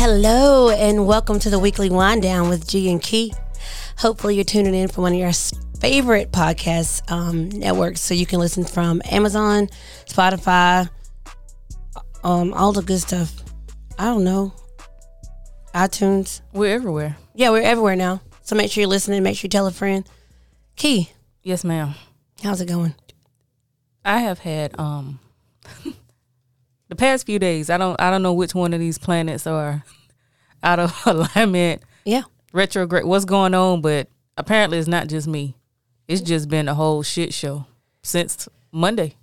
Hello and welcome to the weekly wind down with G and Key. Hopefully, you're tuning in from one of your s- favorite podcast um, networks, so you can listen from Amazon, Spotify, um, all the good stuff. I don't know, iTunes. We're everywhere. Yeah, we're everywhere now. So make sure you're listening. Make sure you tell a friend. Key, Yes, ma'am. how's it going? I have had um the past few days. I don't. I don't know which one of these planets are out of alignment, Yeah, retrograde. What's going on? But apparently, it's not just me. It's just been a whole shit show since Monday.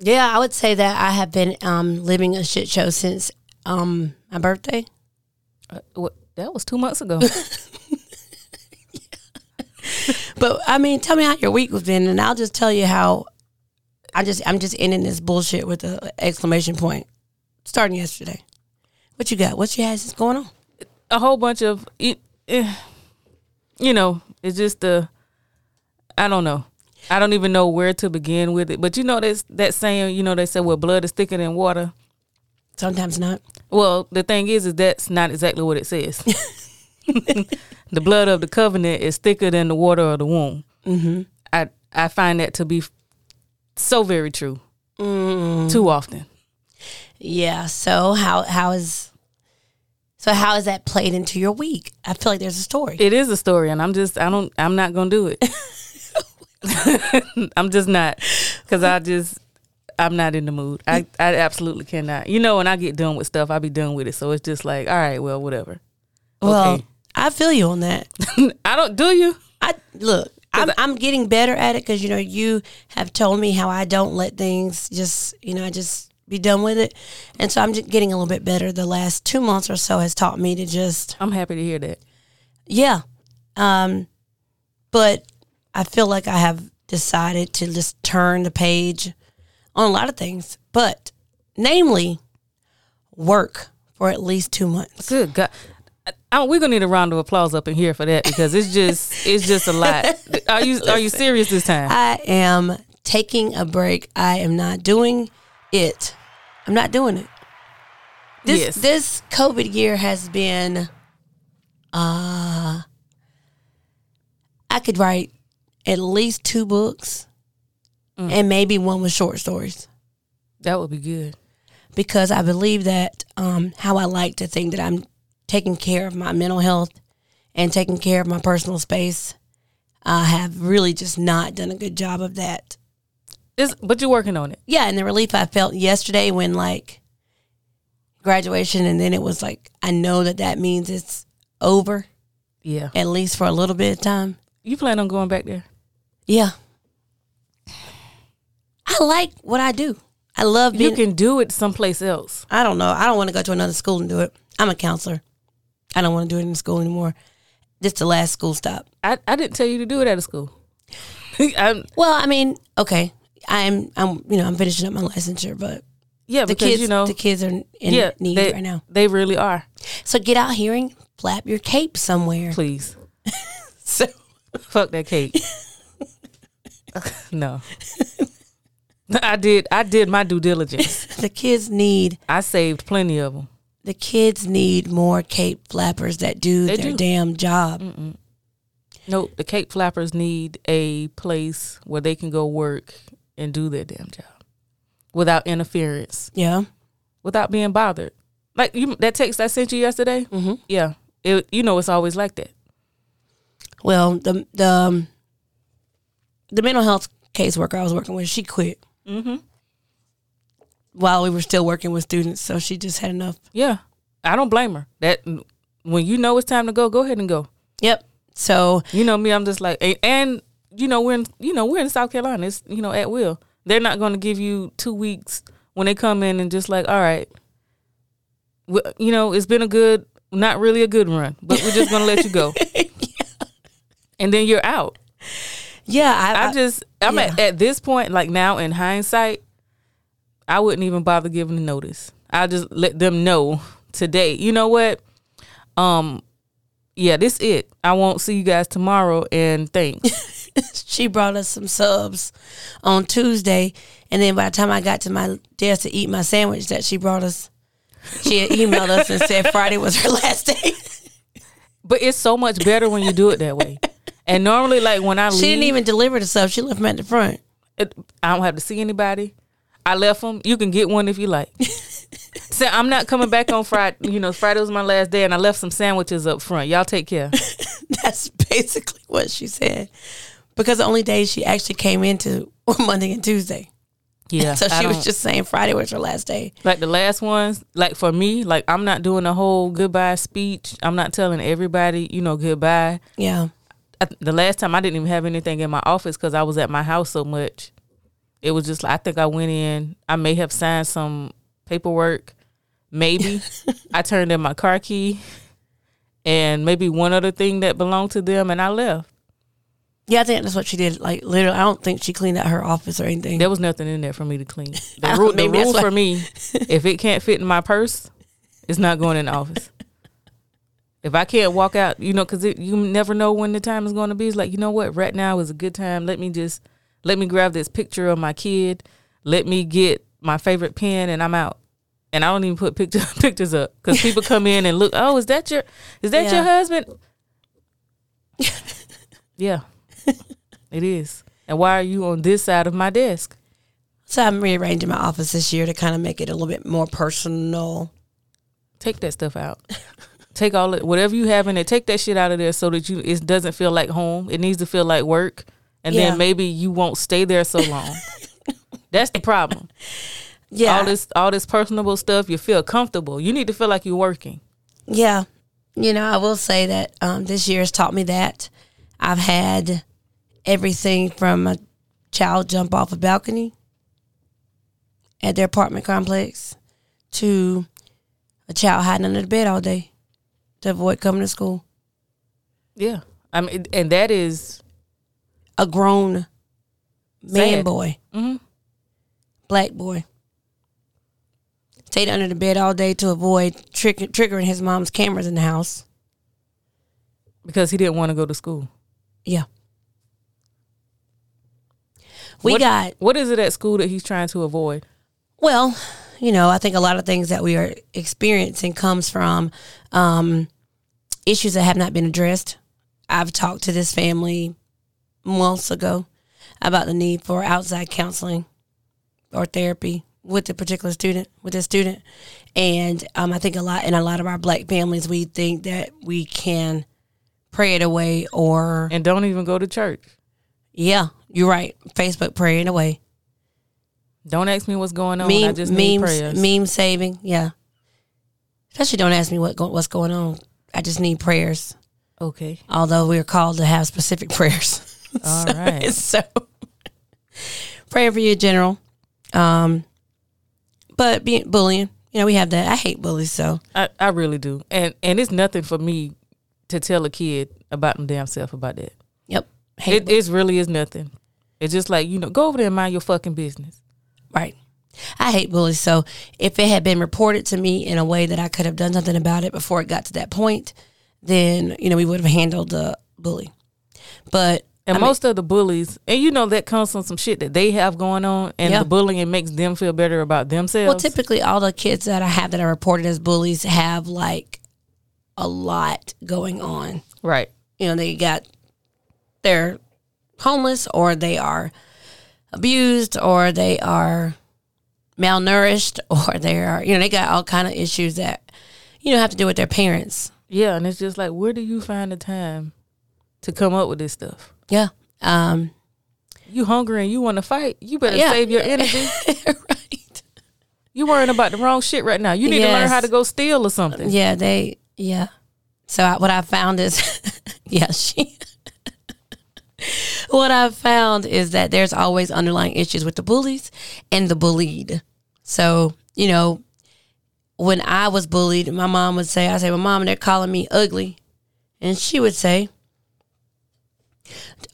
yeah. I would say that I have been um, living a shit show since um, my birthday. Uh, what, that was two months ago. But I mean, tell me how your week was been, and I'll just tell you how. I just I'm just ending this bullshit with an exclamation point. Starting yesterday, what you got? What you has is going on? a whole bunch of it, eh, you know it's just the i don't know i don't even know where to begin with it but you know that's that saying you know they say well blood is thicker than water Sometimes not. well the thing is is that's not exactly what it says the blood of the covenant is thicker than the water of the womb Mm-hmm. i i find that to be so very true Mm. too often Yeah. So how how is so how is that played into your week? I feel like there's a story. it is a story and i'm just i don't i'm not gonna do it i'm just not because i just i'm not in the mood I, I absolutely cannot you know when i get done with stuff i'll be done with it so it's just like all right well whatever Well, okay. I feel you on that. i don't do you I look. I'm, I'm getting better at it because you know you have told me how I don't let things just you know I just be done with it, and so I'm just getting a little bit better. The last two months or so has taught me to just i'm happy to hear that yeah, um, but I feel like I have decided to just turn the page on a lot of things, but namely work for at least two months. good god I, I, we're gonna need a round of applause up in here for that because it's just it's just a lot are you are you serious this time I am taking a break. I am not doing it. I'm not doing it. This Yes. this COVID year has been uh I could write at least two books and maybe one with short stories that would be good because I believe that um, how I like to think that I'm taking care of my mental health and taking care of my personal space, I have really just not done a good job of that. it's, but you're working on it Yeah, and the relief I felt yesterday when like graduation, and then it was like I know that that means it's over yeah at least for a little bit of time. you plan on going back there Yeah, I like what I do. I love being you can do it someplace else I don't know. I don't want to go to another school and do it. I'm a counselor. I don't want to do it in school anymore. This the last school stop. I, I didn't tell you to do it out of school. i Well, I mean, okay. I'm I'm you know, I'm finishing up my licensure, but yeah, the because kids you know, the kids are in yeah, need they, right now. They really are. So get out here and flap your cape somewhere. Please, So fuck that cake. no, I did. I did my due diligence. the kids need I saved plenty of them. the kids need more cape flappers that do They their do. Mm. damn job. Nope, the cake flappers need a place where they can go work and do their damn job without interference, Yeah. without being bothered. Like you, that text I sent you yesterday. Mm-hmm. Yeah, it, you know it's always like that. Well, the the um, the mental health caseworker I was working with, she quit. Mm-hmm. While we were still working with students, so she just had enough. Yeah, I don't blame her. That when you know it's time to go, go ahead and go. Yep. So You know me, I'm just like, and, and you know we're in, you know we're in South Carolina. It's you know at will. They're not going to give you two weeks when they come in and just like, all right, we, you know it's been a good, not really a good run, but we're just going to let you go, and then you're out. yeah, I, I just, I'm at, at this point, like now in hindsight, I wouldn't even bother giving the notice. I just let them know today. You know what? Um, yeah, this it. I won't see you guys tomorrow, and thanks. she brought us some subs on Tuesday, and then by the time I got to my desk to eat my sandwich that she brought us, she had emailed us and said Friday was her last day. But it's so much better when you do it that way. And normally, like when I she leave, didn't even deliver the sub; she left them at the front. it, I don't have to see anybody. I left them. You can get one if you like. so I'm not coming back on Friday. You know, Friday was my last day, and I left some sandwiches up front. Y'all take care. That's basically what she said, because the only days she actually came into were Monday and Tuesday. Yeah. So I she was don't- just saying Friday was her last day. like the last ones. Like for me, like I'm not doing a whole goodbye speech. I'm not telling everybody, you know, goodbye. Yeah. I, th- the last time I didn't even have anything in my office because I was at my house so much. It was just like I think I went in. I may have signed some paperwork, maybe. I turned in my car key, and maybe one other thing that belonged to them, and I left. Yeah, I think that's what she did. Like literally, I don't think she cleaned out her office or anything. There was nothing in there for me to clean. I The don't- rule, the maybe that's rule why- for me, if it can't fit in my purse, it's not going in the office. If I can't walk out, you know, because you never know when the time is going to be. It's like, you know what? Right now is a good time. Let me just, let me grab this picture of my kid. Let me get my favorite pen, and I'm out. And I don't even put picture, pictures up because people come in and look. Oh, is that your, is that Yeah. your husband? yeah, it is. And why are you on this side of my desk? So I'm rearranging my office this year to kind of make it a little bit more personal. take that stuff out. take all it, whatever you have in it. Take that shit out of there so that you it doesn't feel like home. It needs to feel like work, and Yeah. then maybe you won't stay there so long. That's the problem. Yeah. All this all this personable stuff. You feel comfortable. You need to feel like you're working. Yeah. You know, I will say that um, this year has taught me that I've had everything from a child jump off a balcony at their apartment complex to a child hiding under the bed all day to avoid coming to school. Yeah. I mean, and that is A grown man Sad. boy, mhm. black boy, stayed under the bed all day to avoid trick- triggering his mom's cameras in the house. because he didn't want to go to school. Yeah. We What- got What is it at school that he's trying to avoid? Well, you know, I think a lot of things that we are experiencing comes from um, issues that have not been addressed. I've talked to this family months ago about the need for outside counseling or therapy with the particular student, with the student, and um, I think a lot in a lot of our black families, we think that we can pray it away or And don't even go to church. yeah, you're right, Facebook praying away. Don't ask me what's going on. I just need prayers. memes, meme saving. Yeah, especially don't ask me what go, what's going on. I just need prayers. okay. Although we are called to have specific prayers, All right. so praying for you, general. Um, but being bullying, you know, we have that. I hate bullies, so I, I really do. And and it's nothing for me to tell a kid about them damn self about that. yep, hate It it really is nothing. It's just like, you know, go over there and mind your fucking business. Right. I hate bullies. So if it had been reported to me in a way that I could have done something about it before it got to that point, then, you know, we would have handled the bully. But And most of the bullies and you know that comes from some shit that they have going on and Yeah. the bullying makes them feel better about themselves. well, typically all the kids that I have that are reported as bullies have like a lot going on. right. You know, they got they're homeless or they are abused or they are malnourished or they are you know, they got all kind of issues that you know have to do with their parents. Yeah, and it's just like where do you find the time to come up with this stuff? Yeah. Um, You hungry and you want to fight? You better Yeah. save your energy. right. You worrying about the wrong shit right now. You need to learn Yes. how to go steal or something. Yeah, they, yeah. So I, what I found is, yeah, she. what I found is that there's always underlying issues with the bullies and the bullied. So, you know, when I was bullied, my mom would say, I say, well, mom, they're calling me ugly. And she would say,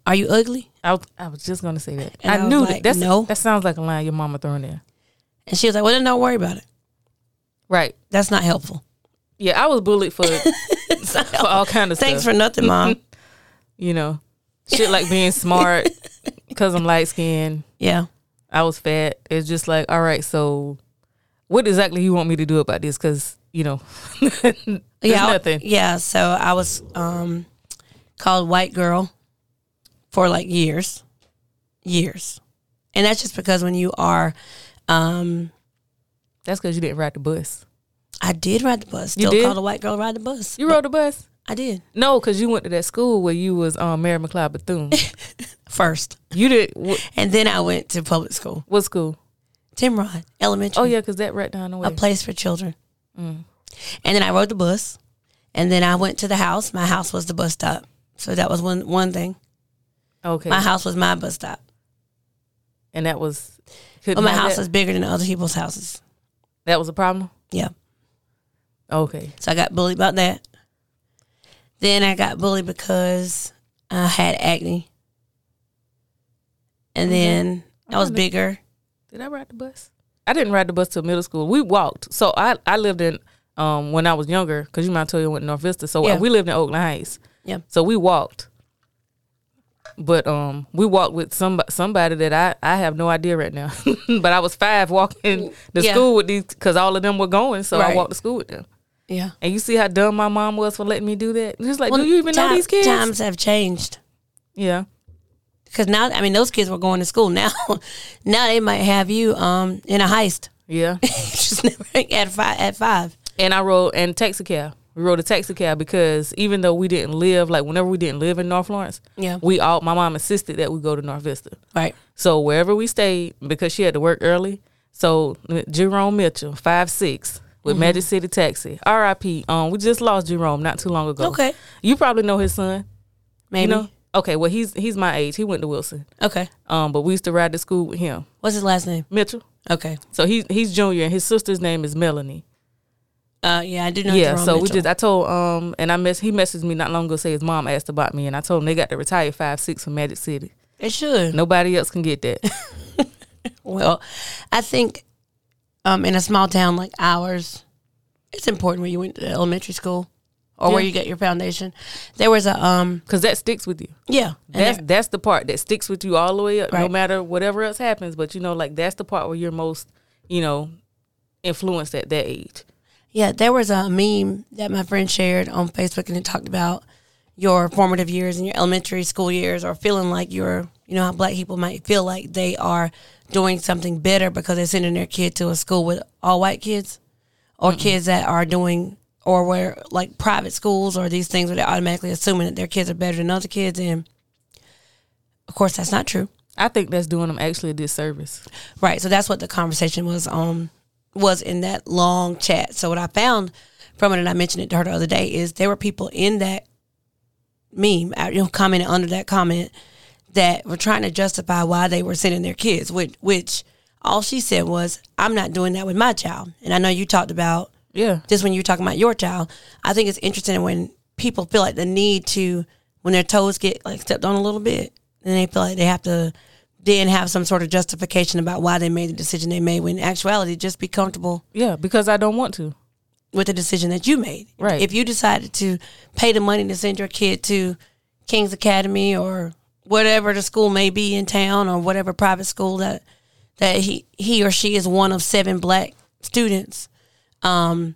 are you ugly? I, was- I was just gonna say that. And I I, was knew like, that. That's, no. That sounds like a line your mama throwing there. And she was like, well, then don't worry about it. Right. That's not helpful. Yeah, I was bullied for for all kind of Thanks stuff. for nothing, mom. you know, Shit like being smart because I'm light skinned. Yeah. I was fat. It's just like, all right, so what exactly you want me to do about this? Because you know, there's yeah, I- nothing. Yeah, so I was um, called white girl for like years, years, and that's just because when you are, um, That's because you didn't ride the bus. I did ride the bus. You Still did? called a white girl ride the bus. You rode the bus? I did No, because you went to that school where you was um, Mary McLeod Bethune. first, you did what, and then I went to public school, what school? Tim Rod Elementary, Oh yeah, because that right down the way. Mm. a place for children. And then I rode the bus, and then I went to the house. My house was the bus stop, so that was one one thing. okay, My house was my bus stop. and that was. But Oh, my now house that, was bigger than other people's houses. that was a problem. Yeah. Okay, So I got bullied about that. Then I got bullied because I had acne. And then I was bigger. did I ride the bus? I didn't ride the bus till middle school. We walked. So I I lived in um when I was younger because you might tell you I went to North Vista. So uh, Yeah. we lived in Oakland Heights. Yeah. So we walked. But um we walked with somebody somebody that I I have no idea right now. but I was 5 walking the Yeah. school with these cuz all of them were going, so Right. I walked to school with them. Yeah. And you see how dumb my mom was for letting me do that? Just like, do you even know these kids? Times have changed. Yeah. Because now, I mean, those kids were going to school. Now, now they might have you um, in a heist. Yeah. Just never at five. At five. and I rode and taxi cab. We rode a taxi cab because even though we didn't live like whenever we didn't live in North Florence, Yeah. we all my mom insisted that we go to North Vista. Right. So wherever we stayed, because she had to work early. So uh, Jerome Mitchell, five six, with Magic City Taxi. R.I.P. Um, we just lost Jerome not too long ago. Okay. you probably know his son. Maybe. You know? Okay, well he's he's my age. He went to Wilson. Okay. Um, but we used to ride to school with him, What's his last name? Mitchell. Okay. So he he's junior, and his sister's name is Melanie. Uh, yeah, I do know. Yeah, Jerome so we Mitchell. just I told um and I mess he messaged me not long ago say his mom asked about me and I told him they got to retire five six from Magic City. It should. Nobody else can get that. Well, I think um, in a small town like ours, it's important where you went to elementary school or where Yeah. you got your foundation. There was a um Cause that sticks with you. yeah, and That's there- that's the part that sticks with you all the way up, no Right. matter whatever else happens. But you know, like that's the part where you're most, you know, influenced at that age. yeah, there was a meme that my friend shared on Facebook and it talked about your formative years and your elementary school years or feeling like you're you know how black people might feel like they are doing something better because they're sending their kid to a school with all white kids or kids that are doing or where like private schools or these things where they're automatically assuming that their kids are better than other kids and of course that's not true I think that's doing them actually a disservice. right so that's what the conversation was um was in that long chat so what i found from it and i mentioned it to her the other day is there were people in that meme uh, you know commenting under that comment that were trying to justify why they were sending their kids which which all she said was i'm not doing that with my child and i know you talked about Yeah. just when you're talking about your child, I think it's interesting when people feel like the need to, when their toes get like stepped on a little bit, then they feel like they have to then have some sort of justification about why they made the decision they made. When in actuality, just be comfortable Yeah. Because I don't want to. with the decision that you made. Right. If you decided to pay the money to send your kid to King's Academy or whatever the school may be in town or whatever private school that that he he or she is one of seven black students, um,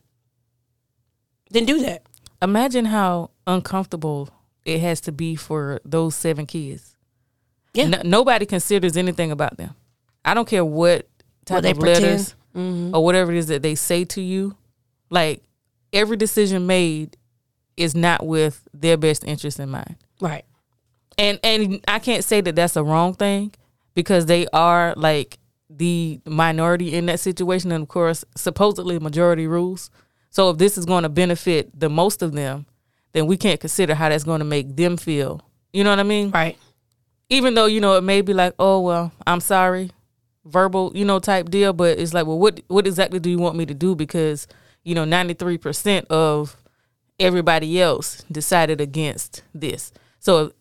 then do that. Imagine how uncomfortable it has to be for those seven kids. Yeah. No- nobody considers anything about them. I don't care what type they Mm-hmm. of letters or whatever it is that they say to you. Like every decision made is not with their best interest in mind. Right. And and I can't say that that's a wrong thing because they are like the minority in that situation and of course supposedly majority rules. So if this is going to benefit the most of them, then we can't consider how that's going to make them feel. You know what I mean? Right. even though you know it may be like oh well i'm sorry verbal you know type deal but it's like well what what exactly do you want me to do because you know 93% of everybody else decided against this so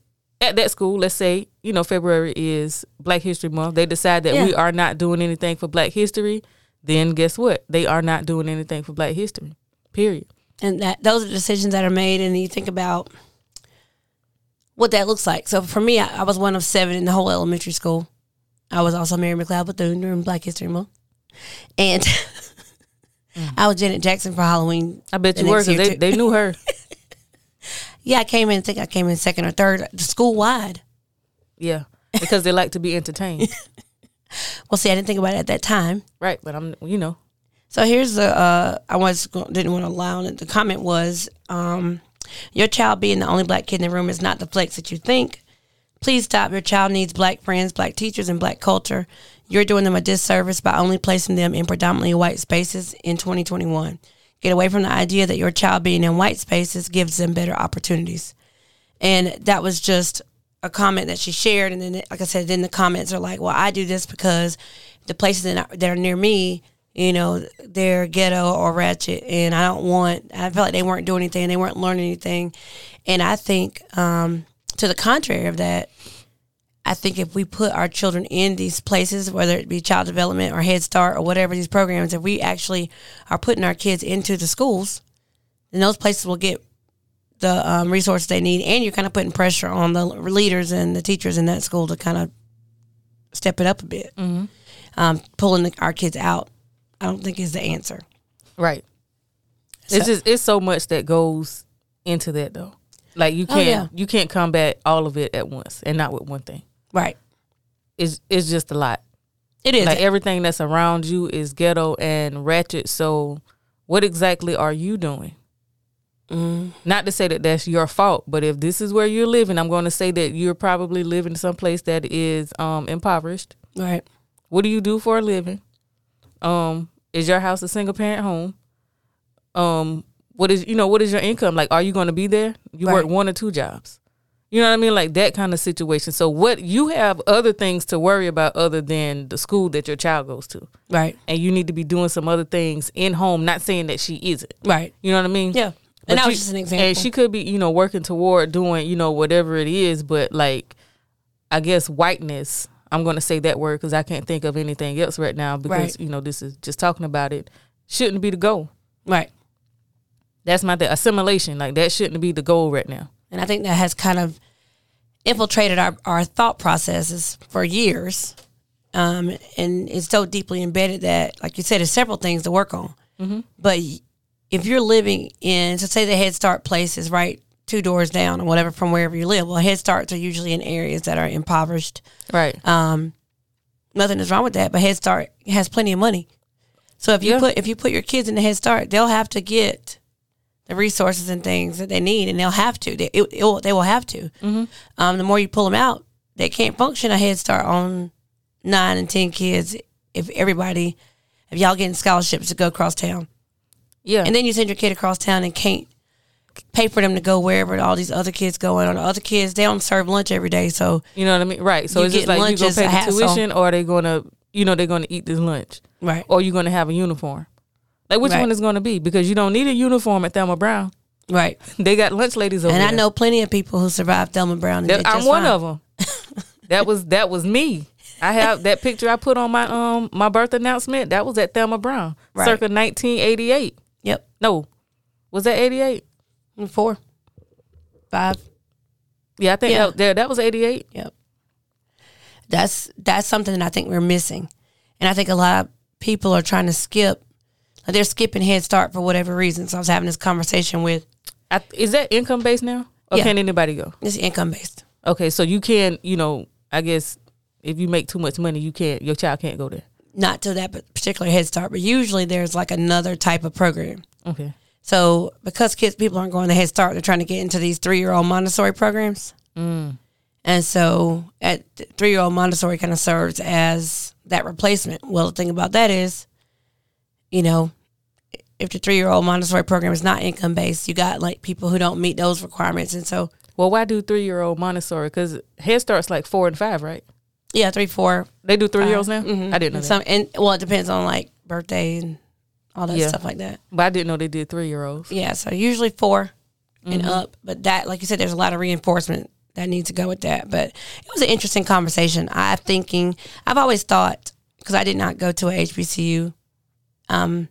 at that school let's say you know february is black history month they decide that we Yeah. are not doing anything for black history then guess what they are not doing anything for black history period and that those are decisions that are made and you think about what that looks like. So for me, I, I was one of seven in the whole elementary school. I was also Mary McLeod Bethune during Black History Month, and I was Janet Jackson for Halloween. I bet the you were next 'cause year, they, too. they knew her. Yeah, I came in. I think I came in second or third school wide. Yeah, because they like to be entertained, Well, see, I didn't think about it at that time. right? But I'm, you know, So here's the uh, I was go- didn't want to allow it. The comment was, um, "Your child being the only black kid in the room is not the flex that you think. Please stop. Your child needs black friends, black teachers, and black culture. You're doing them a disservice by only placing them in predominantly white spaces in 2021. Get away from the idea that your child being in white spaces gives them better opportunities." And that was just a comment that she shared. And then, like I said, then the comments are like, well, I do this because the places that are, that are near me, you know, they're ghetto or ratchet. And I don't want, I felt like they weren't doing anything. They weren't learning anything. And I think, um, to the contrary of that, I think if we put our children in these places, whether it be child development or Head Start or whatever these programs, if we actually are putting our kids into the schools, then those places will get the um, resources they need, and you're kind of putting pressure on the leaders and the teachers in that school to kind of step it up a bit. Mm-hmm. Um, pulling the, our kids out, I don't think is the answer. right? So- It's just it's so much that goes into that though. Like you Oh, can't yeah. you can't combat all of it at once and not with one thing. Right. It's it's just a lot. It is. like everything that's around you is ghetto and ratchet. So, what exactly are you doing? Mm-hmm. Not to say that that's your fault, but if this is where you're living, I'm going to say that you're probably living someplace that is um, impoverished. right. What do you do for a living? Um, is your house a single parent home? Um, what is you know what is your income like? Are you going to be there? You work Right. one or two jobs. You know what I mean, like that kind of situation. So what you have other things to worry about other than the school that your child goes to, Right. and you need to be doing some other things in home. Not saying that she isn't. Right. You know what I mean? Yeah. But And that you- was just an example. And she could be, you know, working toward doing, you know, whatever it is, but like, I guess whiteness. I'm going to say that word because I can't think of anything else right now because Right. you know this is just talking about it. Shouldn't be the goal. right. That's my thing. Assimilation, like that, shouldn't be the goal right now. And I think that has kind of infiltrated our, our thought processes for years. Um, and it's so deeply embedded that, like you said, there's several things to work on. But if you're living in, so say the Head Start place is right two doors down or whatever from wherever you live, well, Head Starts are usually in areas that are impoverished. Right. Um, nothing is wrong with that, but Head Start has plenty of money. So if you Yeah. put if you put your kids in the Head Start, they'll have to get the resources and things that they need, and they'll have to. They, it, it will, they will have to. Um, the more you pull them out, they can't function a Head Start on nine and ten kids if everybody, if y'all getting scholarships to go across town, yeah. and then you send your kid across town and can't pay for them to go wherever all these other kids going, or the other kids they don't serve lunch every day, so you know what I mean? Right. So you it's just get like you going lunches, to a pay the hassle. tuition or are they going to, you know, they're going to eat this lunch right, or you're going to have a uniform. Like which Right. one is going to be? Because you don't need a uniform at Thelma Brown. right. They got lunch ladies over And I there. know plenty of people who survived Thelma Brown. And That- did Oh, I'm just one fine. of them. that was that was me. I have that picture I put on my um my birth announcement. That was at Thelma Brown, Right. circa 1988. Yep, No, was that 88? I'm four, five. Yeah, I think Yeah. That, that that was 88. Yep. That's that's something that I think we're missing, and I think a lot of people are trying to skip. like, They're skipping Head Start for whatever reason. So I was having this conversation with I, is that income based now? Or Yeah. can anybody go? this income based. Okay, so you can you know I guess if you make too much money, you can't your child can't go there. Not to that particular Head Start, but usually there's like another type of program. Okay, So because kids people aren't going to Head Start, they're trying to get into these three year old Montessori programs. Mm. And so at three year old Montessori kind of serves as that replacement. Well, the thing about that is, you know, if the three year old Montessori program is not income based, you got like people who don't meet those requirements. And so, well why do three year old Montessori? Because Head Start's like four and five, right? yeah, three, four, They do three year olds now. mhm. I didn't know and that. some, and well, it depends on like birthday and all that Yeah. stuff like that. but I didn't know they did three year olds. Yeah, so usually 4 and up. But that, like you said, there's a lot of reinforcement that needs to go with that. But it was an interesting conversation. I thinking I've always thought because I did not go to a HBCU, um,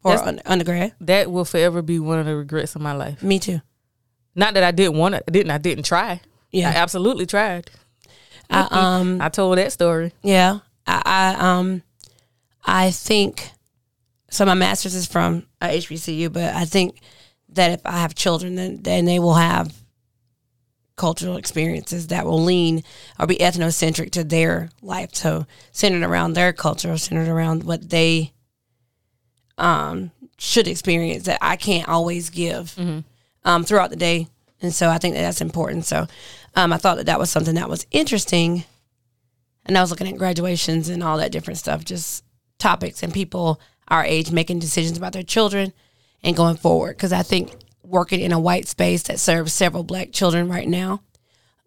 for That's- un- undergrad. That will forever be one of the regrets of my life. Me too. Not that I didn't want to, didn't I didn't try. Yeah. I absolutely tried. I, um, I told that story. yeah. I, I um, I think so. My master's is from uh, HBCU, but I think that if I have children, then then they will have cultural experiences that will lean or be ethnocentric to their life, so centered around their culture, centered around what they um should experience that I can't always give um throughout the day, and so I think that that's important. So um, I thought that that was something that was interesting and I was looking at graduations and all that different stuff, just topics and people our age making decisions about their children and going forward. Because I think working in a white space that serves several black children right now,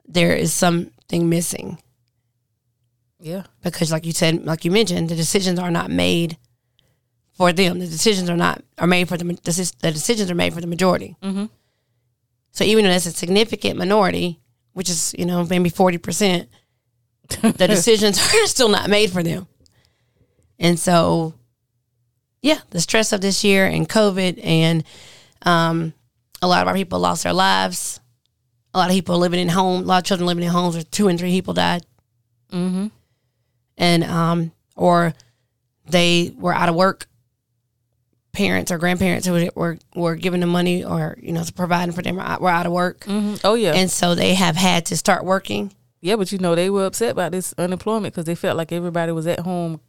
there is something missing Yeah. because, like you said, like you mentioned, the decisions are not made for them. The decisions are not are made for the ma- the sis- the decisions are made for the majority. Mm-hmm. So even though that's a significant minority, which is you know maybe forty percent, the decisions are still not made for them. And so, yeah, the stress of this year and COVID, and um, a lot of our people lost their lives. A lot of people living in home, a lot of children living in homes where two and three people died Mm-hmm. and um or they were out of work parents or grandparents who were were giving them money or you know providing for them were out- were out of work Mm-hmm. Oh yeah. and so they have had to start working yeah, but you know they were upset about this unemployment because they felt like everybody was at home,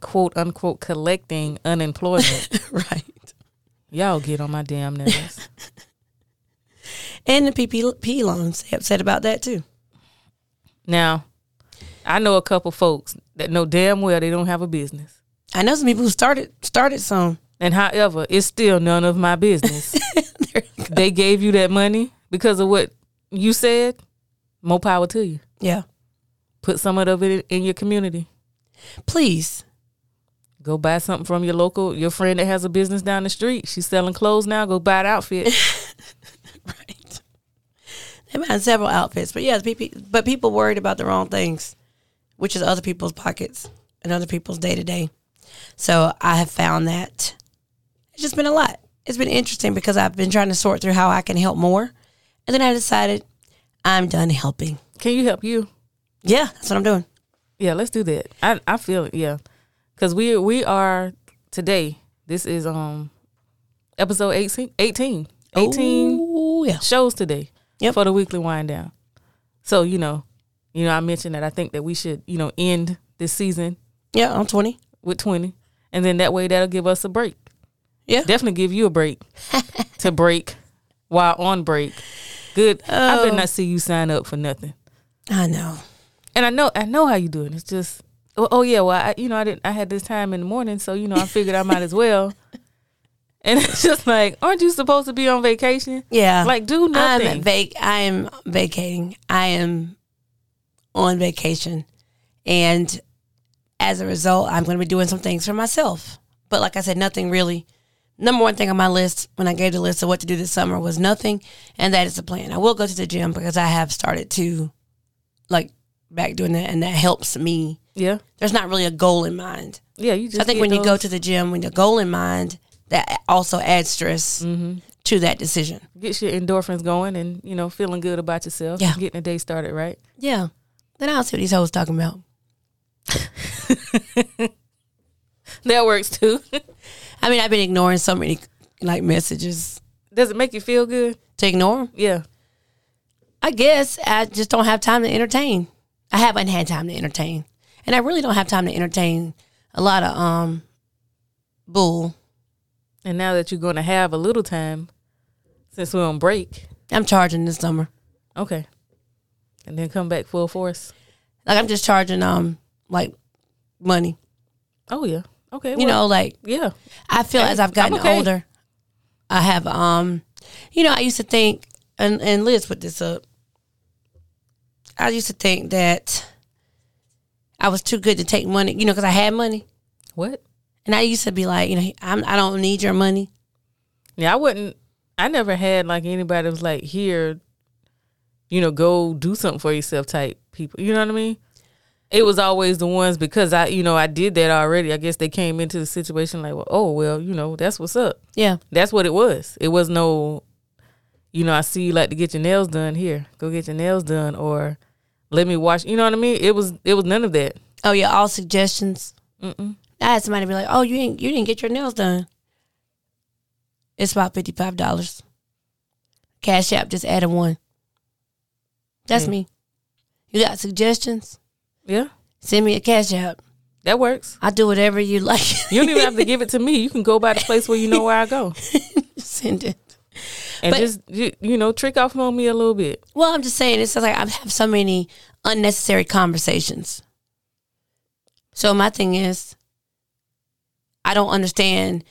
quote unquote, collecting unemployment. right Y'all get on my damn nerves. and the PPP loans they upset about that too now, I know a couple folks that know damn well they don't have a business. I know some people who started started some And however, it's still none of my business. they gave you that money because of what you said. More power to you. yeah Put some of it in your community. please Go buy something from your local, your friend that has a business down the street. She's selling clothes now. Go buy an outfit. right they buying several outfits but yeah the PP, but people worried about the wrong things which is other people's pockets and other people's day to day so I have found that it's just been a lot. It's been interesting because I've been trying to sort through how I can help more. And then I decided I'm done helping. Can you help you? Yeah, that's what I'm doing. Yeah, let's do that. I I feel it. Yeah, because we we are today. This is um episode 18, 18, 18 Ooh, yeah. shows today Yep. for the weekly wind down. So you know, you know, I mentioned that I think that we should you know end this season Yeah, I'm 20. with twenty, and then that way that'll give us a break. Yeah. definitely give you a break to break while on break. Good. I better Oh. not see you sign up for nothing. I know. and I know I know how you do it. It's just oh, oh yeah, well I, you know I didn't I had this time in the morning, so you know I figured I might as well. And it's just like, aren't you supposed to be on vacation? Yeah. Like do I'm nothing. vac- I am vacating. I am on vacation. And as a result, I'm going to be doing some things for myself. But like I said, nothing really. Number one thing on my list when I gave the list of what to do this summer was nothing, and that is the plan. I will go to the gym because I have started to like back doing that, and that helps me. yeah, There's not really a goal in mind. yeah. You just. I think get when you go those- to the gym, when the goal in mind, that also adds stress Mm-hmm. to that decision. get your endorphins going and you know feeling good about yourself, Yeah. getting the day started right. Yeah. Then I'll see what these hoes talking about. That works too. I mean, I've been ignoring so many like messages Does it make you feel good? to ignore 'em. Yeah, I guess I just don't have time to entertain. I haven't had time to entertain, and I really don't have time to entertain a lot of um bull. and now that you're going to have a little time since we're on break, I'm charging this summer. okay, and then come back full force. Like I'm just charging um like money. Oh yeah, okay. You know, like yeah, I feel Hey, as I've gotten I'm okay. older, I have um, you know, I used to think, and and Liz put this up. I used to think that I was too good to take money, you know, because I had money, what? and I used to be like, you know, I'm, I don't need your money. Yeah, I wouldn't. I never had like anybody that was like here, you know, go do something for yourself type people. You know what I mean? It was always the ones because I, you know, I did that already. I guess they came into the situation like, well, oh well, you know, that's what's up. Yeah, That's what it was. It was no, you know, I see you like to get your nails done here. Go get your nails done or let me wash. You know what I mean? It was it was none of that. Oh yeah, all suggestions. I had somebody be like, "Oh, you didn't you didn't get your nails done." It's about fifty five dollars. Cash app just added one. Mm. That's me. You got suggestions? Yeah. Send me a cash app. That works. I do whatever you like. You don't even have to give it to me. You can go by the place where you know where I go. Send it. And But- just you, you know, trick off on me a little bit. Well, I'm just saying, it's just like I have so many unnecessary conversations. So my thing is, I don't understand.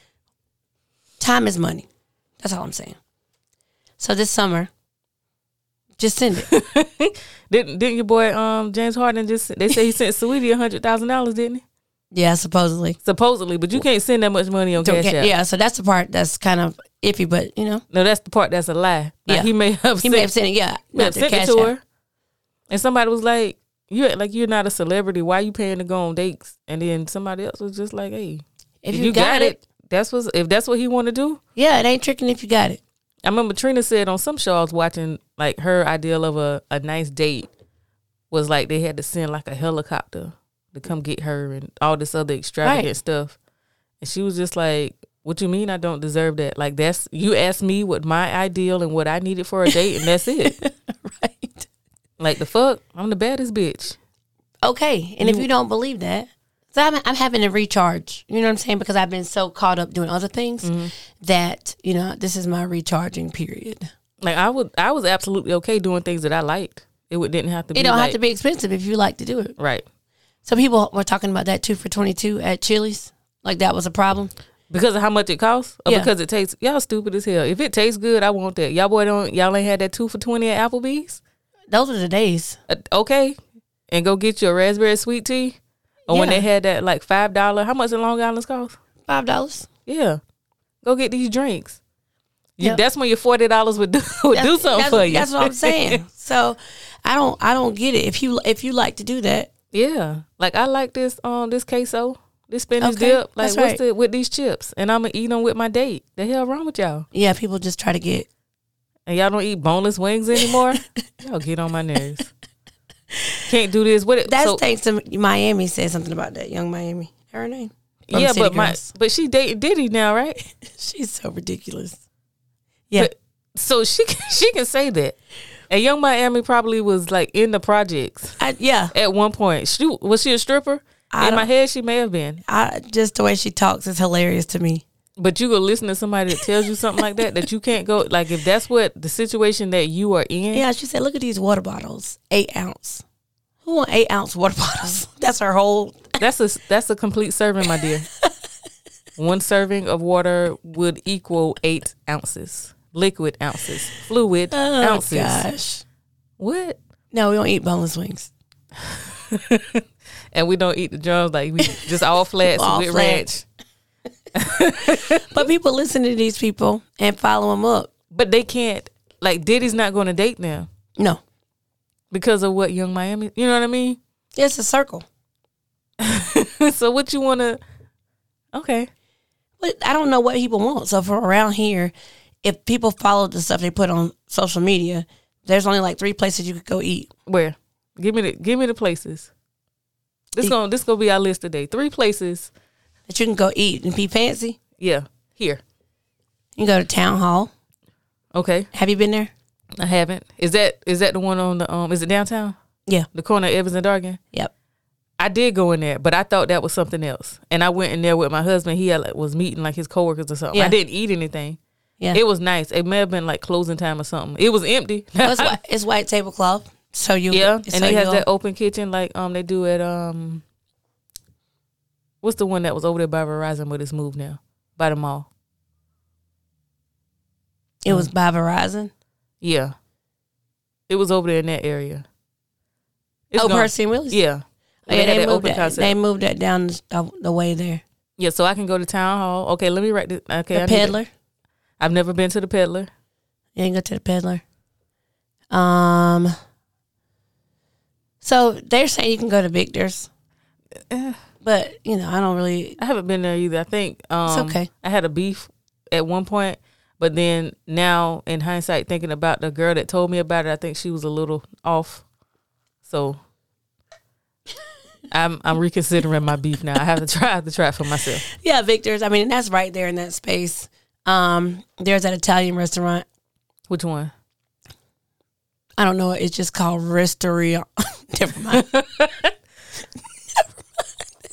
Time is money. That's all I'm saying. So this summer, just send it. Didn't didn't your boy um James Harden just they say he sent Sweetie a hundred thousand dollars, didn't he? yeah, supposedly. Supposedly, but you can't send that much money on Don't Cash get- App. yeah, so that's the part that's kind of iffy, but you know, No, that's the part that's a lie. Like, Yeah. he may have he sent, may have sent it. Yeah, may not have the sent it cash to app. her, and somebody was like, "You act like you're not a celebrity. Why you paying to go on dates?" And then somebody else was just like, "Hey, If you, got, it, that's what if that's what he want to do." yeah, it ain't tricking if you got it. I remember Trina said on some show I was watching, like her ideal of a, a nice date was like they had to send like a helicopter to come get her and all this other extravagant Right. stuff. And she was just like, What you mean I don't deserve that? Like that's you asked me what my ideal and what I needed for a date and that's it. right. like the fuck? I'm the baddest bitch. Okay. And if you don't believe that, so I'm, I'm having to recharge. You know what I'm saying? Because I've been so caught up doing other things Mm-hmm. that, you know, this is my recharging period. Like I would I was absolutely okay doing things that I liked. It would didn't have to be It don't like, have to be expensive if you like to do it. right. Some people were talking about that two for 22 at Chili's. Like that was a problem. Because of how much it costs, or Yeah. because it tastes y'all stupid as hell. If it tastes good, I want that. Y'all boy don't y'all ain't had that two for twenty at Applebee's. Those are the days. Uh, okay, and go get your raspberry sweet tea. Or when Yeah. they had that like five dollar, how much the Long Island's cost? $5. Yeah, go get these drinks. You, Yep. That's when your forty dollars would do would do something that's, for you. That's what I'm saying. so I don't, I don't get it. If you, if you like to do that, yeah, like I like this um this queso, this spinach Okay, dip. Like that's what's right. the with these chips? And I'm gonna eat them with my date. The hell wrong with y'all? yeah, people just try to get, and y'all don't eat boneless wings anymore, y'all get on my nerves. Can't do this. What? It, that's so, thanks to Miami said something about that young Miami. Her name. from yeah, City but my Girls. but she dating Diddy now, right? She's so ridiculous. Yeah. But- So she can, she can say that. And Young Miami probably was like in the projects I, yeah. at one point. She was she a stripper? I in my don't- head, she may have been. I just the way she talks is hilarious to me. But you go listen to somebody that tells you something like that that you can't go like if that's what the situation that you are in. Yeah, she said, "Look at these water bottles, eight ounce. Who want eight ounce water bottles? That's her whole. That's a that's a complete serving, my dear. One serving of water would equal eight ounces, liquid ounces, fluid Oh ounces. gosh. What? No, we don't eat boneless wings. And we don't eat the drums like we just all flats All with flat. ranch. But people listen to these people and follow them up. But they can't. Like Diddy's not going to date now No, because of what Young Miami. You know what I mean? it's a circle. so what you want to? Okay, But I don't know what people want. So from around here, if people follow the stuff they put on social media, there's only like three places you could go eat. where? Give me the give me the places. E This gonna this gonna be our list today. Three places. that you can go eat and be fancy. Yeah, here. You can go to town hall. Okay. Have you been there? I haven't. Is that is that the one on the um? Is it downtown? Yeah. The corner of Evans and Dargan. Yep. I did go in there, but I thought that was something else. And I went in there with my husband. He had, like, was meeting like his coworkers or something. I Yeah. didn't eat anything. Yeah. It was nice. It may have been like closing time or something. It was empty. Well, it's, white, it's white tablecloth. So you yeah, so and they has you'll- that open kitchen like um they do at um. What's the one that was over there by Verizon but it's moved now by the mall? it was by Verizon. Yeah, it was over there in that area. oh, gone. Percy and Willis. Yeah, Oh, yeah, had they, that moved open that. concept. They moved that down the, uh, the way there. Yeah, so I can go to town hall. Okay, let me write this. Okay, I the need to- peddler. I've never been to the peddler. You can go to the peddler. Um. So they're saying you can go to Victor's, but you know I don't really. I haven't been there either. I think um, okay. I had a beef at one point, But then now, in hindsight, thinking about the girl that told me about it, I think she was a little off. So I'm I'm reconsidering my beef now. I have to try I have to try it for myself. Yeah, Victor's. I mean, that's right there in that space. Um, there's that Italian restaurant. Which one? I don't know. It's just called Risteria. Never mind.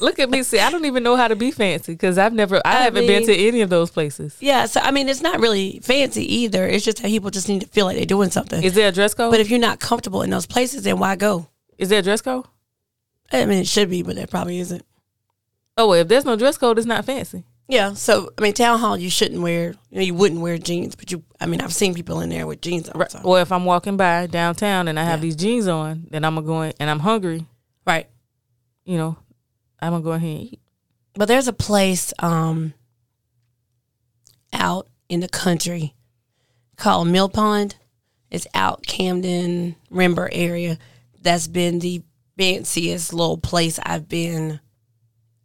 Look at me. See, I don't even know how to be fancy because I've never, I I, haven't been to any of those places. Yeah. So I mean, it's not really fancy either. It's just that people just need to feel like they're doing something. Is there a dress code? but if you're not comfortable in those places, then why go? Is there a dress code? I mean, it should be, but it probably isn't. Oh, well, if there's no dress code, it's not fancy. Yeah. So I mean, town hall, you shouldn't wear. You, know, you wouldn't wear jeans, but you. I mean, I've seen people in there with jeans on. so- Or if I'm walking by downtown and I have Yeah. these jeans on, then I'm going and I'm hungry. Right. You know, I'm gonna go ahead and eat. But there's a place um out in the country called Mill Pond. It's out Camden, Rimber area. That's been the fanciest little place I've been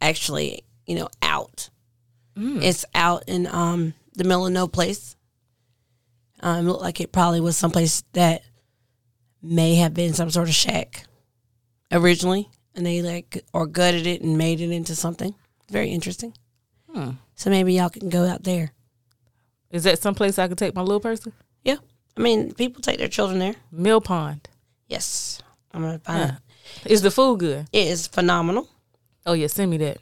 actually, you know, out. It's out in um the middle of no place. Um, it looked like it probably was someplace that may have been some sort of shack originally, and they like or gutted it and made it into something very interesting. Hmm. So maybe y'all can go out there. Is that someplace I could take my little person? Yeah, I mean, people take their children there. Mill Pond. Yes, I'm gonna find Huh. Is the food good? it. It is phenomenal. Oh yeah, send me that.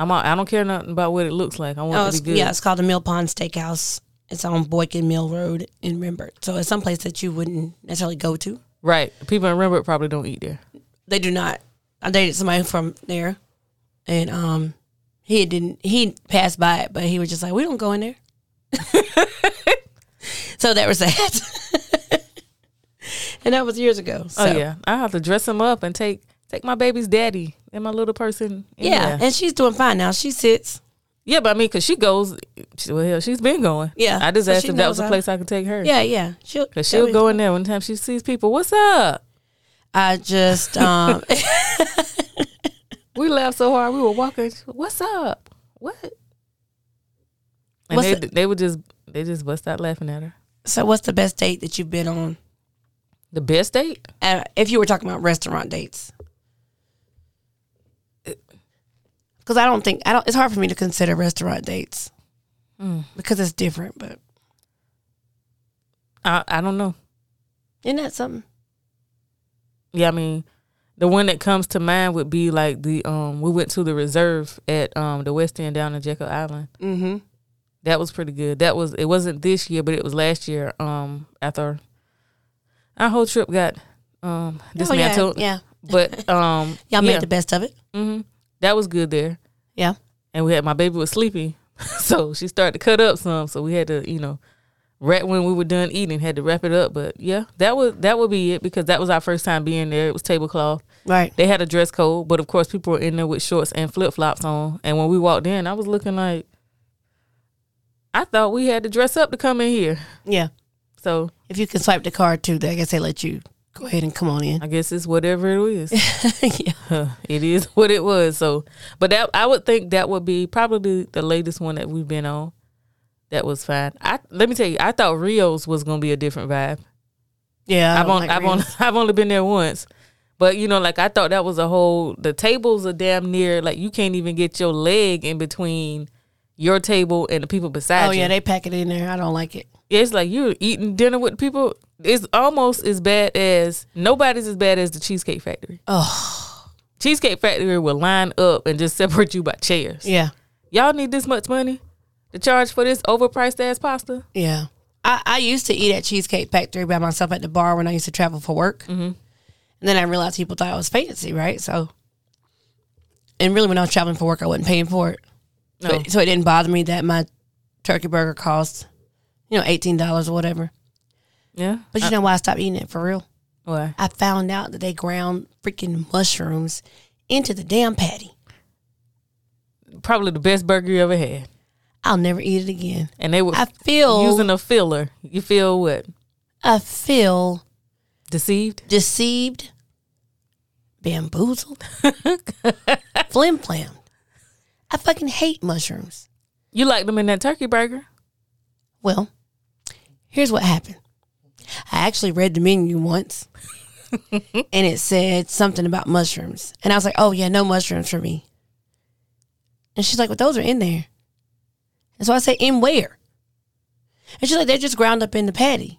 I'm out. I don't care nothing about what it looks like. I want Oh, it it's, to be good. yeah, it's called the Mill Pond Steakhouse. It's on Boykin Mill Road in Rembert. So it's someplace that you wouldn't necessarily go to. Right. People in Rembert probably don't eat there. They do not. I dated somebody from there, and um, he didn't. He passed by it, but he was just like, "We don't go in there." so that was that, and that was years ago. So. Oh yeah, I have to dress him up and take take my baby's daddy and my little person. in Yeah, there. and she's doing fine now. She sits. yeah, but I mean, cause she goes. She, well, hell, she's been going. Yeah. I just So asked she if that knows was a how- place I could take her. Yeah, yeah. She'll Cause she'll go in there one time she sees people. What's up? I just um We laughed so hard we were walking. What's up? What? And What's they the- they would just they just bust out laughing at her. so what's the best date that you've been on? The best date? Uh, if you were talking about restaurant dates. Cuz Uh, I don't think I don't it's hard for me to consider restaurant dates. Hmm. Because it's different, but I I don't know. isn't that something? Yeah, I mean, the one that comes to mind would be like the um we went to the reserve at um the West End down in Jekyll Island. Mhm. That was pretty good. That was it wasn't this year, but it was last year. Um, after our whole trip got um dismantled. Oh, yeah. But um, Y'all yeah, made the best of it? hmm that was good there. Yeah. and we had my baby was sleepy, so she started to cut up some. So we had to, you know, right when we were done eating, had to wrap it up. But yeah, that would that would be it because that was our first time being there. It was tablecloth. Right. They had a dress code, but of course people were in there with shorts and flip flops on. And when we walked in, I was looking like I thought we had to dress up to come in here. Yeah. So If you can swipe the card too, I guess they let you go ahead and come on in. I guess it's whatever it is. yeah. it is what it was. So, but that I would think that would be probably the latest one that we've been on. That was fine. I let me tell you, I thought Rio's was gonna be a different vibe. Yeah. I I've don't only, like I've only, I've only been there once, but you know, like I thought that was a whole. The tables are damn near like you can't even get your leg in between your table and the people beside Oh you. yeah, they pack it in there. I don't like it. Yeah, it's like you're eating dinner with people. It's almost as bad as nobody's as bad as the Cheesecake Factory. Oh Cheesecake Factory will line up and just separate you by chairs. yeah, Y'all need this much money to charge for this overpriced ass pasta? yeah. I, I used to eat at Cheesecake Factory by myself at the bar when I used to travel for work, mm-hmm. and then I realized people thought I was fancy, right? So, and really, when I was traveling for work, I wasn't paying for it, so, No. it, so it didn't bother me that my turkey burger cost, you know, eighteen dollars or whatever. Yeah. But you know why I stopped eating it for real? Why? I found out that they ground freaking mushrooms into the damn patty. Probably the best burger you ever had. I'll never eat it again. And they were I feel, using a filler. You feel what? I feel Deceived? deceived, bamboozled, flim flammed. I fucking hate mushrooms. You liked them in that turkey burger? Well, here's what happened. I actually read the menu once and it said something about mushrooms. And I was like, oh, yeah, no mushrooms for me. And she's like, well, those are in there. And so I said, in where? And she's like, they're just ground up in the patty.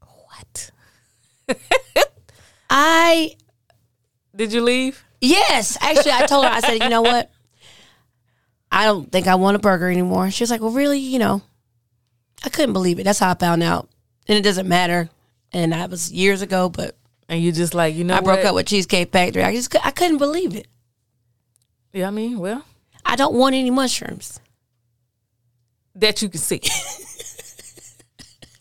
What? I Did you leave? Yes, actually, I told her. I said, you know what? I don't think I want a burger anymore. She was like, well, really? You know, I couldn't believe it. That's how I found out, and it doesn't matter. And that was years ago, but And you just like, you know I broke what? up with Cheesecake Factory. I just cou- I couldn't believe it. Yeah, I mean, well, I don't want any mushrooms. that you can see.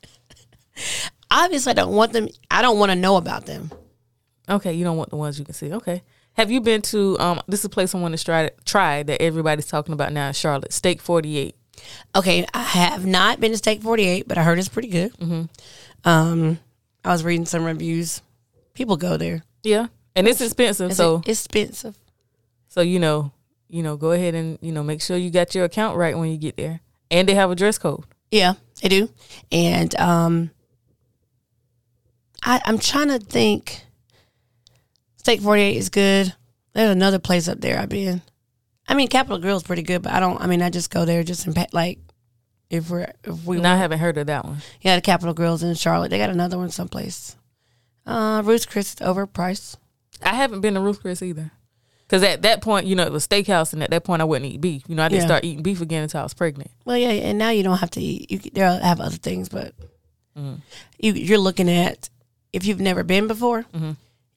Obviously, I don't want them. I don't want to know about them. okay, you don't want the ones you can see. Okay. Have you been to um this is a place I want to try try that everybody's talking about now in Charlotte, Steak 48. Okay, I have not been to Steak Forty Eight, but I heard it's pretty good. Mm-hmm. Um, I was reading some reviews. People go there. Yeah. And it's expensive, It's so expensive. so you know, you know, go ahead and, you know, make sure you got your account right when you get there. And they have a dress code. Yeah, they do. And um I I'm trying to think Steak 48 is good. There's another place up there I've been. I mean Capital Grill's pretty good, but I don't I mean I just go there just in pa- like if we're if we And I haven't heard of that one. yeah, the Capital Grill's in Charlotte. They got another one someplace. Uh Roots Chris is overpriced. I haven't been to Ruth Chris either. Cause at that point, you know, it was steakhouse, and at that point, I wouldn't eat beef. You know, I didn't Yeah. start eating beef again until I was pregnant. Well, yeah, and now you don't have to eat. You they have other things, but you you're looking at if you've never been before,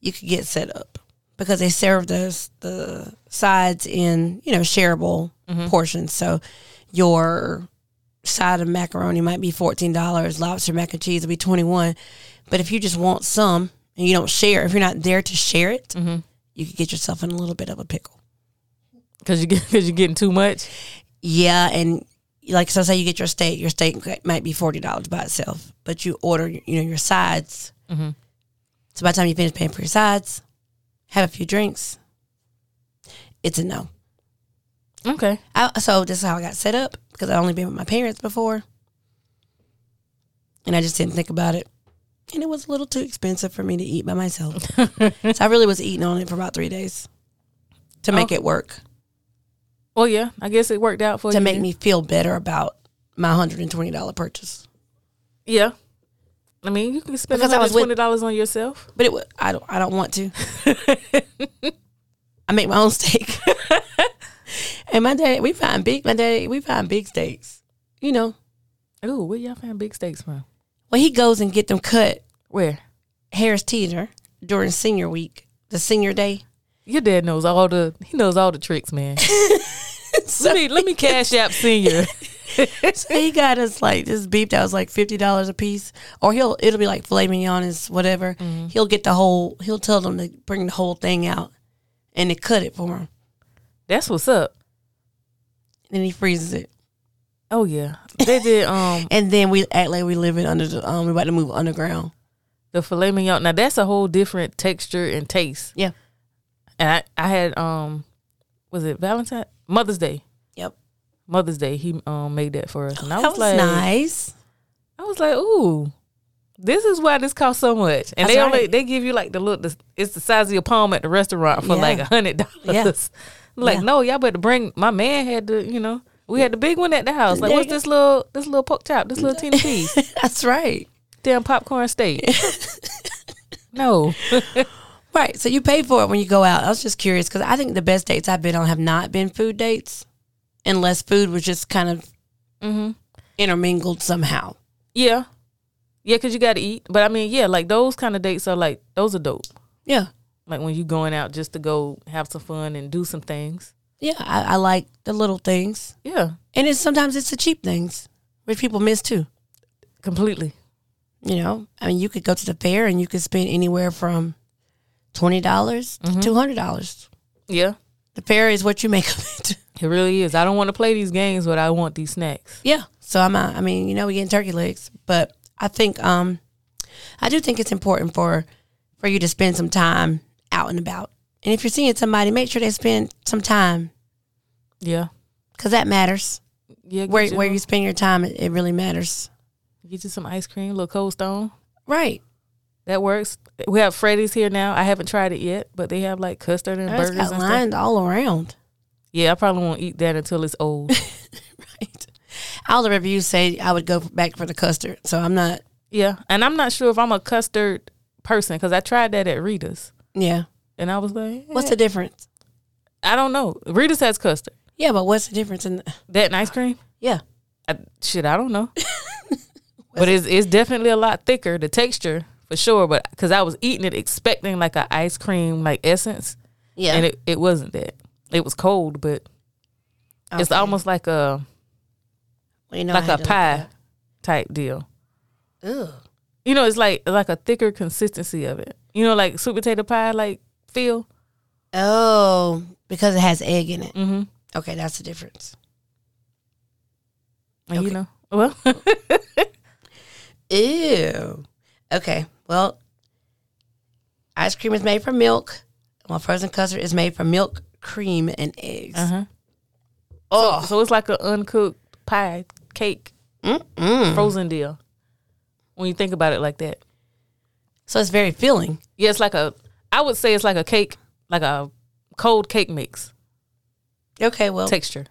you could get set up because they serve the the sides in you know shareable portions. So your side of macaroni might be fourteen dollars, lobster mac and cheese will be twenty one, but if you just want some and you don't share, if you're not there to share it, you could get yourself in a little bit of a pickle. Cause you get, cause you're getting too much. Yeah, and like so, say you get your steak. Your steak might be forty dollars by itself, but you order you know your sides. So by the time you finish paying for your sides, have a few drinks. It's a no. Okay. I, so this is how I got set up because I only been with my parents before, and I just didn't think about it, and it was a little too expensive for me to eat by myself. so I really was eating on it for about three days to make it work, Well, yeah, I guess it worked out for to Oh, you. make then. me feel better about my hundred and twenty dollar purchase. yeah. I mean, you can spend Because I was with- twenty dollars on yourself. But it would. I don't. I don't want to. I make my own steak. and my dad, we find big. My dad, we find big steaks. You know, Ooh, where y'all find big steaks from? well, he goes and get them cut. Where? Harris Teeter during senior week, the senior day. Your dad knows all the he knows all the tricks, man. let me let me cash app senior. So he got us like this beef that was like fifty dollars a piece, or he'll it'll be like filet mignon is whatever. Mm-hmm. He'll get the whole. He'll tell them to bring the whole thing out, and they cut it for him. That's what's up. Then he freezes it. Oh yeah, they did um And then we act like we living under the um we about to move underground. the filet mignon. Now that's a whole different texture and taste. Yeah. And I, I had um was it Valentine Mother's Day Yep. Mother's Day he um made that for us and I That was, was, like nice. I was like ooh this is why this costs so much and That's they only right. they give you like the look it's the size of your palm at the restaurant for Yeah. like a hundred dollars like Yeah. no y'all better bring my man had the you know we had the big one at the house like There what's you go. this little this little pork chop this little teeny piece That's right. damn popcorn steak no Right. So you pay for it when you go out. I was just curious because I think the best dates I've been on have not been food dates, unless food was just kind of intermingled somehow. Mm-hmm. yeah yeah because you got to eat but I mean yeah like those kind of dates are like those are dope Yeah. like when you going out just to go have some fun and do some things. Yeah. I, I like the little things, Yeah, and it's sometimes it's the cheap things, which people miss too. completely. You know, I mean, you could go to the fair and you could spend anywhere from twenty dollars to two hundred dollars. Yeah, The fair is what you make of it. it really is. I don't want to play these games, but I want these snacks. Yeah. So I'm out. I mean, you know, we getting turkey legs, but I think um I do think it's important for for you to spend some time out and about. And if you're seeing somebody, make sure they spend some time Yeah, cuz that matters. Yeah, get Where you, where you spend your time, it, it really matters. get you some ice cream, a little cold stone. Right. That works. We have Freddy's here now. I haven't tried it yet, but they have like custard and It's burgers and got stuff. lines all around. Yeah, I probably won't eat that until it's old. Right. All the reviews say I would go back for the custard, so I'm not. yeah, and I'm not sure if I'm a custard person because I tried that at Rita's, Yeah. and I was like, eh, What's the difference? I don't know. Rita's has custard. Yeah, but what's the difference in? The, That and ice cream. yeah. I, shit, I don't know. but it's it's definitely a lot thicker. The texture for sure, but because I was eating it expecting like a ice cream like essence, Yeah. and it, it wasn't that. It was cold, but it's Okay. almost like a Well, you know I like had a to look pie it type deal. up. Ew. You know, it's like like a thicker consistency of it. You know, like sweet potato pie like feel. Oh, because it has egg in it. Mm-hmm. Okay, that's the difference. And Okay. You know, well, Ew. Okay. Well, ice cream is made from milk. Well, frozen custard is made from milk, cream, and eggs. uh-huh. Oh, so it's like an uncooked pie cake Mm-mm. frozen deal. When you think about it like that. so it's very filling. Yeah, it's like a. I would say it's like a cake, like a cold cake mix Okay. Well, texture.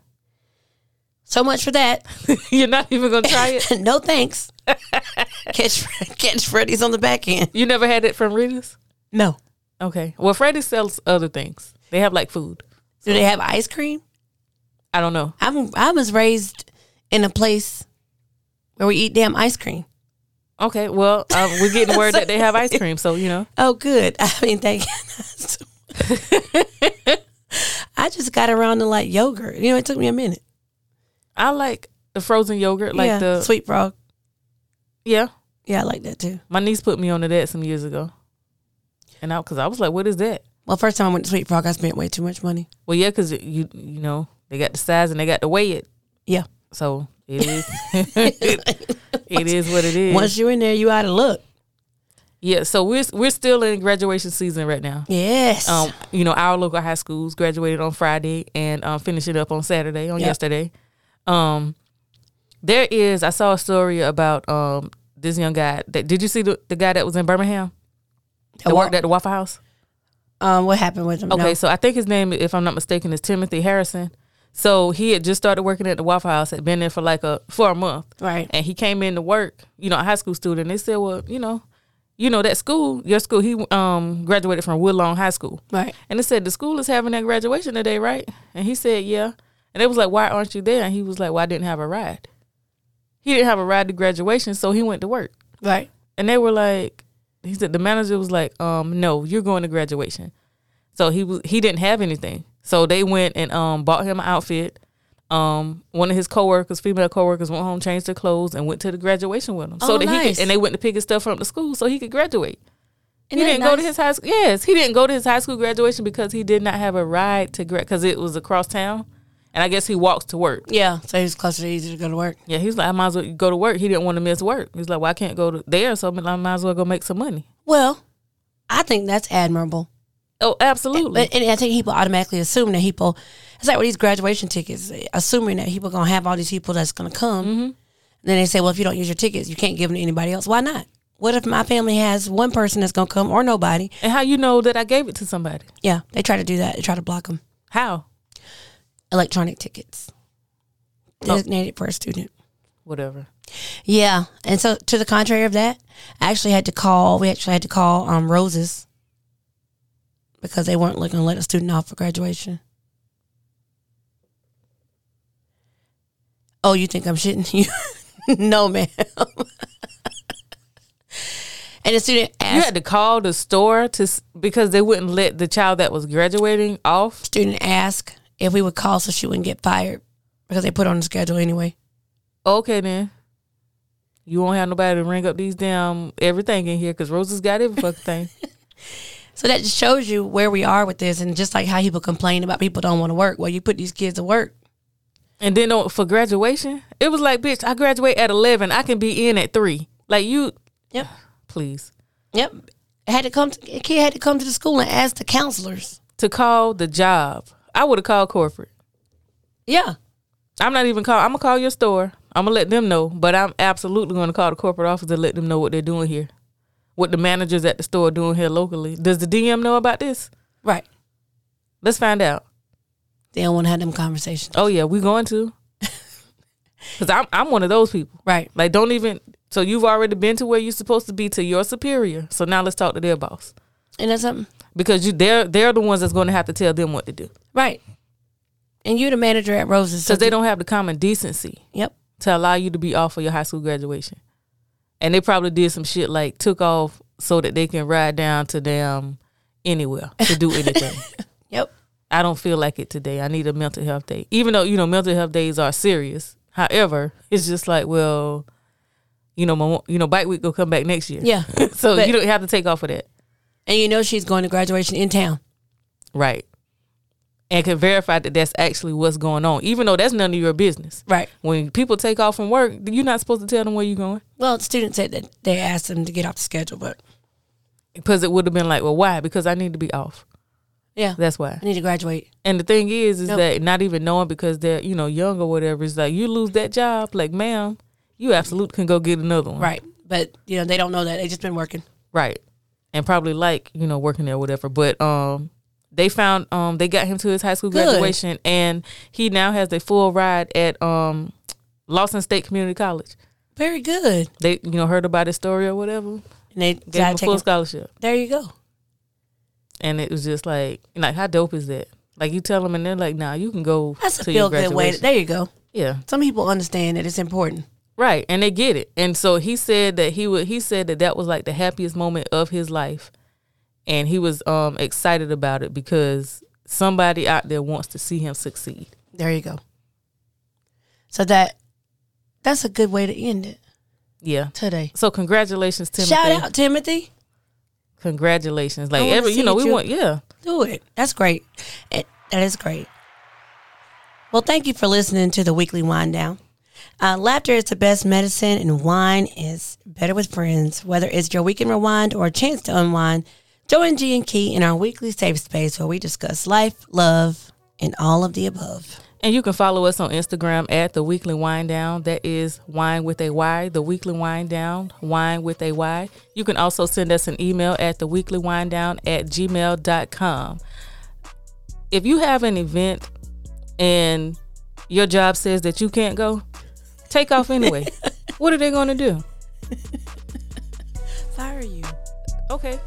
so much for that. You're not even gonna try it. no thanks. catch catch Freddy's on the back end. You never had it from Rita's. No. Okay. Well, Freddy sells other things. They have like food. Do they have ice cream? I don't know. I'm I was raised in a place where we eat damn ice cream. Okay. Well, uh, we're getting word that they have ice cream, so you know. Oh, good. I mean, thank. I just got around to like yogurt. You know, it took me a minute. I like the frozen yogurt, like yeah, the sweet frog. yeah. Yeah, I like that too. My niece put me onto that some years ago, and I because I was like, "What is that?" Well, first time I went to Sweet Frog, I spent way too much money. Well, yeah, because you you know they got the size and they got to weigh it, Yeah. so it is it is what it is. Once you're in there, you out of luck. Yeah, so we're we're still in graduation season right now. Yes. Um, you know, our local high schools graduated on Friday and um, finished it up on Saturday on Yeah. yesterday. Um, there is I saw a story about um this young guy. That did you see the, the guy that was in Birmingham that Uh, worked at the Waffle House? um, what happened with him? Okay, No. so I think his name, if I'm not mistaken, is Timothy Harrison. So he had just started working at the Waffle House. Had been there for like a for a month Right. and he came in to work, you know, a high school student. They said, well, you know, you know that school, your school. He um graduated from Woodlawn High School, Right. and they said the school is having their graduation today, right? And he said, yeah. And they was like, why aren't you there? And he was like, well, I didn't have a ride. He didn't have a ride to graduation, so he went to work. Right. And they were like, he said the manager was like, um, no, you're going to graduation. So he was he didn't have anything. So they went and um bought him an outfit. Um, one of his coworkers, female coworkers, went home, changed their clothes, and went to the graduation with him. so Oh, that he nice. could, and they went to pick his stuff from the school so he could graduate. Isn't he that didn't go to nice? his high school. Yes, he didn't go to his high school graduation because he did not have a ride to grad because it was across town, and I guess he walks to work. Yeah. So he was closer, easier to go to work. Yeah, he's like, I might as well go to work. He didn't want to miss work. He's like, well, I can't go to there, so I might as well go make some money. Well, I think that's admirable. Oh, absolutely. But and I think people automatically assume that people it's like with these graduation tickets, assuming that people gonna have all these people that's gonna come. And then they say, well, if you don't use your tickets, you can't give them to anybody else. Why not? What if my family has one person that's gonna come or nobody? and how you know that I gave it to somebody? Yeah, they try to do that. They try to block them. How? Electronic tickets, designated for a student. Whatever. Yeah, and so to the contrary of that, I actually had to call. We actually had to call um, Roses because they weren't looking to let a student off for graduation. Oh, you think I'm shitting you? no, ma'am. and the student You asked. had to call the store to s- because they wouldn't let the child that was graduating off. Student asked if we would call so she wouldn't get fired because they put her on the schedule anyway. Okay, then you won't have nobody to ring up these damn everything in here because Rosa's got every fucking thing. So that just shows you where we are with this, and just like how people complain about people don't want to work. Well, you put these kids to work. And then on, for graduation, it was like, bitch, I graduate at eleven. I can be in at three. Like you, Yep. please Yep. Had to come. To, a kid had to come to the school and ask the counselors. to call the job. I would have called corporate. Yeah. I'm not even call. I'm gonna call your store. I'm gonna let them know, but I'm absolutely gonna call the corporate office and let them know what they're doing here, what the managers at the store are doing here locally. Does the DM know about this? Right. Let's find out. They don't want to have them conversations. Oh yeah, we going to. Cause I'm I'm one of those people. Right. Like don't even. So you've already been to where you're supposed to be to your superior. So now let's talk to their boss And that's something. because you they're they're the ones that's going to have to tell them what to do Right. And you're the manager at Rose's. because they don't have the common decency Yep. to allow you to be off for your high school graduation. And they probably did some shit like took off so that they can ride down to them anywhere to do anything. Yep. I don't feel like it today. I need a mental health day. Even though, you know, mental health days are serious. However, it's just like, well, you know, my, you know, bike week will come back next year. Yeah. So But- you don't have to take off for that. and you know she's going to graduation in town. Right. And can verify that that's actually what's going on, even though that's none of your business. Right. When people take off from work, you're not supposed to tell them where you're going. Well, students said that they asked them to get off the schedule, but because it would have been like, well, why? Because I need to be off. yeah, That's why. I need to graduate. And the thing is, is Nope. that not even knowing because they're you know young or whatever is like you lose that job, like ma'am, you absolutely can go get another one, Right. But you know they don't know that they just been working. Right, and probably like you know working there or whatever. But um, they found um they got him to his high school Good. graduation, and he now has a full ride at um Lawson State Community College. Very good. They you know heard about his story or whatever, And they gave him got a taken. full scholarship. There you go. and it was just like like how dope is that? Like you tell them and they're like, nah, you can go That's a to feel your good way. graduation. There you go. yeah, Some people understand that it's important. right, and they get it. And so he said that he would. He said that that was like the happiest moment of his life, and he was um excited about it because somebody out there wants to see him succeed. There you go. So that that's a good way to end it Yeah. today. So congratulations, Timothy. Shout out Timothy. Congratulations, I like wanna every see you know we you. want yeah. Do it. That's great. It, that is great. Well, thank you for listening to the weekly wind down. Uh, laughter is the best medicine, and wine is better with friends. Whether it's your weekend rewind or a chance to unwind, join G and Key in our weekly safe space where we discuss life, love, and all of the above. And you can follow us on Instagram at the Weekly Wind Down. That is wine with a Y, the Weekly Wind Down, wine with a Y. You can also send us an email at the Weekly Wind Down at gmail.com. If you have an event and your job says that you can't go, take off anyway. what are they going to do? Fire you. Okay.